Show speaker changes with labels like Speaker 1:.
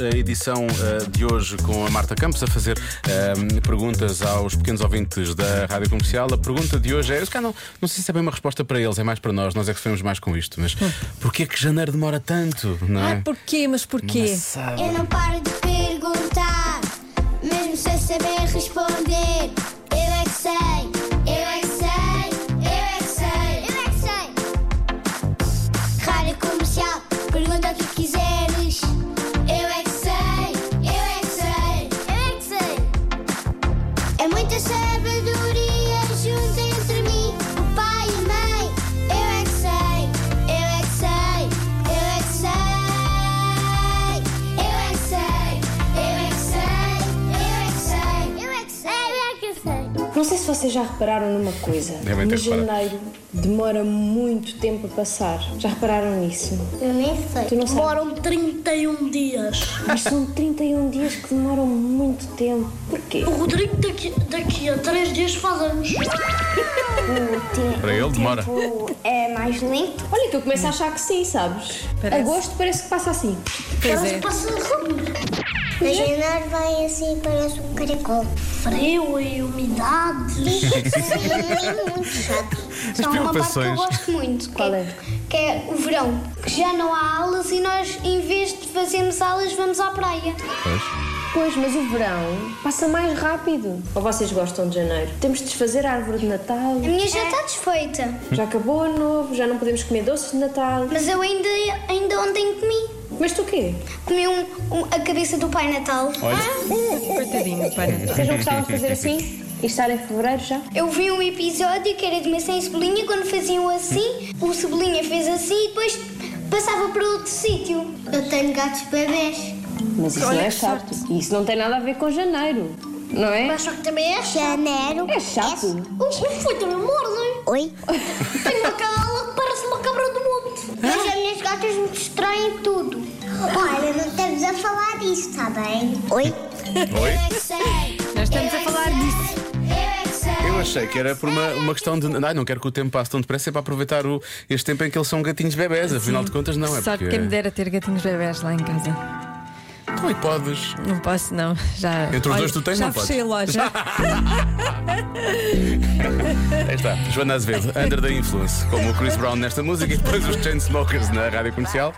Speaker 1: A edição eh, de hoje com a Marta Campos a fazer eh, perguntas aos pequenos ouvintes da Rádio Comercial. A pergunta de hoje é, eu se calhar não, não sei se é bem uma resposta para eles, é mais para nós, nós é que sofremos mais com isto, mas porquê é que janeiro demora tanto? Não
Speaker 2: Ai,
Speaker 1: é?
Speaker 2: porquê? Mas porquê?
Speaker 1: Sabe?
Speaker 3: Eu não paro de perguntar, mesmo sem saber responder. Eu é que sei, eu é que sei, eu é que sei, eu é que sei. Rádio comercial, pergunta o que quiseres. Eu é que sei, eu é que sei, eu é que sei. É muita sabedoria junta entre mim, o pai e a mãe. Eu é que sei, eu é que sei, eu é que sei. Eu é que sei, eu é que sei, eu é que sei, eu é que sei, eu é que sei.
Speaker 4: Não sei se vocês já repararam numa coisa,
Speaker 1: Devem ter
Speaker 4: mas janeiro demora muito tempo a passar. Já repararam nisso?
Speaker 3: Eu nem sei.
Speaker 4: Tu não sabes?
Speaker 5: Demoram 31 dias.
Speaker 4: Mas são 31 dias que demoram muito tempo. Porquê?
Speaker 5: O Rodrigo daqui, daqui a 3 dias faz anos.
Speaker 1: Para ele demora.
Speaker 3: É mais lento.
Speaker 4: Olha que eu começo a achar que sim, sabes?
Speaker 2: Parece.
Speaker 4: Agosto parece que passa assim.
Speaker 2: Pois
Speaker 5: Parece
Speaker 2: é.
Speaker 5: que passa rápido.
Speaker 3: Mas janeiro vai assim, parece um caracol.
Speaker 5: Frio e umidade.
Speaker 3: muito chato. Só uma parte que eu
Speaker 1: preocupações.
Speaker 3: gosto muito. que
Speaker 4: Qual é?
Speaker 3: Que é o verão. Que já não há aulas e nós, em vez de fazermos aulas, vamos à praia.
Speaker 4: Pois, mas o verão passa mais rápido. Ou vocês gostam de janeiro? Temos de desfazer a árvore de Natal.
Speaker 3: A minha já está desfeita.
Speaker 4: Já acabou o ano novo, já não podemos comer doces de Natal.
Speaker 3: Mas eu ainda, ainda ontem comi.
Speaker 4: Mas tu o quê?
Speaker 3: Comi um, um- a cabeça do Pai Natal. Ah,
Speaker 1: é
Speaker 2: Coitadinho, pai.
Speaker 4: Vocês não gostavam de fazer assim? E estar em fevereiro já?
Speaker 3: Eu vi um episódio que era de maçã e cebolinha. Quando faziam assim, o cebolinha fez assim e depois passava para outro sítio. Eu tenho gatos bebés.
Speaker 4: Mas isso não é chato. Isso não tem nada a ver com janeiro, não é?
Speaker 3: Mas só que também é Janeiro.
Speaker 4: É chato.
Speaker 3: Não foi também mordem. um Oi? Tem uma cala que parece uma cabra do monte. Mas as minhas gatas me distraem tudo. Olha, não estamos a falar disso, está bem? Oi? é
Speaker 1: Oi?
Speaker 2: Nós estamos a falar disso.
Speaker 1: Eu achei que era por uma, uma questão de. Ai, não quero que o tempo passe tão depressa, é para aproveitar o, este tempo em que eles são gatinhos bebés. Afinal de contas, não é
Speaker 2: Sabe
Speaker 1: porque.
Speaker 2: quem me dera ter gatinhos bebés lá em casa?
Speaker 1: Então, e podes.
Speaker 2: Não posso, não. Já.
Speaker 1: Entre os dois tu tens,
Speaker 2: já
Speaker 1: não podes.
Speaker 2: fechei a loja.
Speaker 1: Aí está, Joana Azevedo, Under the Influence, como o Chris Brown nesta música e depois os Chainsmokers na rádio comercial.